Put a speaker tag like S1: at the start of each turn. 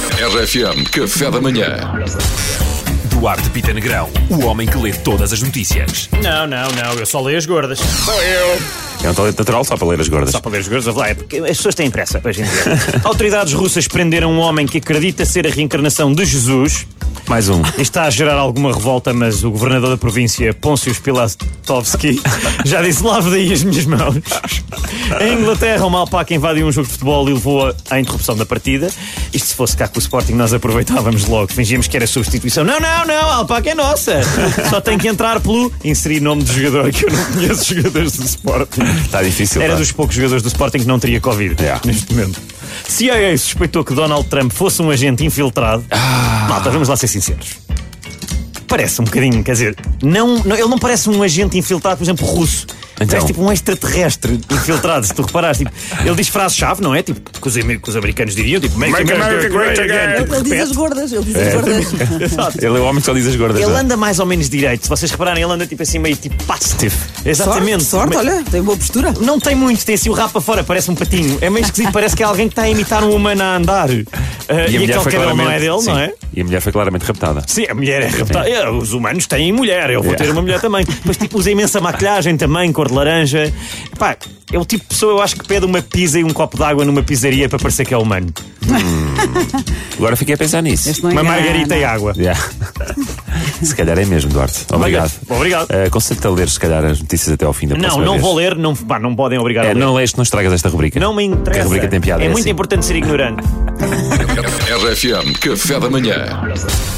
S1: RFM Café da Manhã.
S2: Duarte Pita Negrão, o homem que lê todas as notícias.
S3: Não, não, não, eu só leio as gordas.
S2: É um talento natural só para ler as gordas.
S3: Só para ler as gordas, lá, é porque as pessoas têm pressa hoje em dia. Autoridades russas prenderam um homem que acredita ser a reencarnação de Jesus.
S2: Mais um.
S3: Isto Está a gerar alguma revolta, mas o governador da província, Pôncio Pilatovski, já disse: lave daí as minhas mãos. Em Inglaterra, uma alpaca invadiu um jogo de futebol e levou à interrupção da partida. Isto, se fosse cá com o Sporting, nós aproveitávamos logo. Fingíamos que era substituição. Não, não, não, a alpaca é nossa. Só tem que entrar pelo. Inserir nome de jogador, que eu não conheço jogadores do Sporting.
S2: Está Tá difícil.
S3: Era
S2: pá.
S3: dos poucos jogadores do Sporting que não teria Covid
S2: Yeah.
S3: neste momento. CIA suspeitou que Donald Trump fosse um agente infiltrado. Malta, vamos lá ser sinceros. Parece um bocadinho, quer dizer, não, não- ele não parece um agente infiltrado, por exemplo, russo.
S2: Então.
S3: Parece tipo um extraterrestre infiltrado, se tu reparares. Tipo, ele diz frase-chave, não é? Tipo, que os, ame- que os americanos diriam, tipo, Make, America Great Again.
S4: Ele diz as gordas, ele
S3: É.
S4: diz as gordas.
S3: Exato.
S2: Ele é o homem que só diz as gordas.
S3: Ele
S2: não é?
S3: anda mais ou menos direito, se vocês repararem, ele anda tipo assim meio tipo passive. Exatamente.
S4: Sorte, sorte,
S3: Me-
S4: olha, tem boa postura.
S3: Não tem muito, tem assim o rabo para fora, parece um patinho. É meio esquisito, parece que é alguém que está a imitar um humano a andar. Ah, e aquele cabelo não é dele,
S2: sim.
S3: não é?
S2: E a mulher foi claramente raptada.
S3: Sim, a mulher é raptada. É, Os humanos têm mulher, eu vou ter uma mulher também. Depois tipo, usa imensa maquilhagem também, cor de laranja. Pá, é o tipo de pessoa, eu acho que pede uma pizza e um copo de água numa pizzaria para parecer que é humano.
S2: Agora fiquei a pensar nisso.
S4: Este não é
S3: Uma
S4: engana.
S3: margarita e água.
S2: Yeah. se calhar é mesmo, Duarte. Obrigado.
S3: Obrigado.
S2: Eh, Aconselho-te a ler, se calhar, as notícias até ao fim da
S3: Não,
S2: próxima
S3: não
S2: vez.
S3: vou ler, não, pá, não me podem obrigar a
S2: É,
S3: ler.
S2: não lês, não estragas esta rubrica.
S3: Não me interessa.
S2: Que a rubrica tem piada.
S3: é
S2: é
S3: muito
S2: assim.
S3: importante ser ignorante.
S1: RFM Café da Manhã.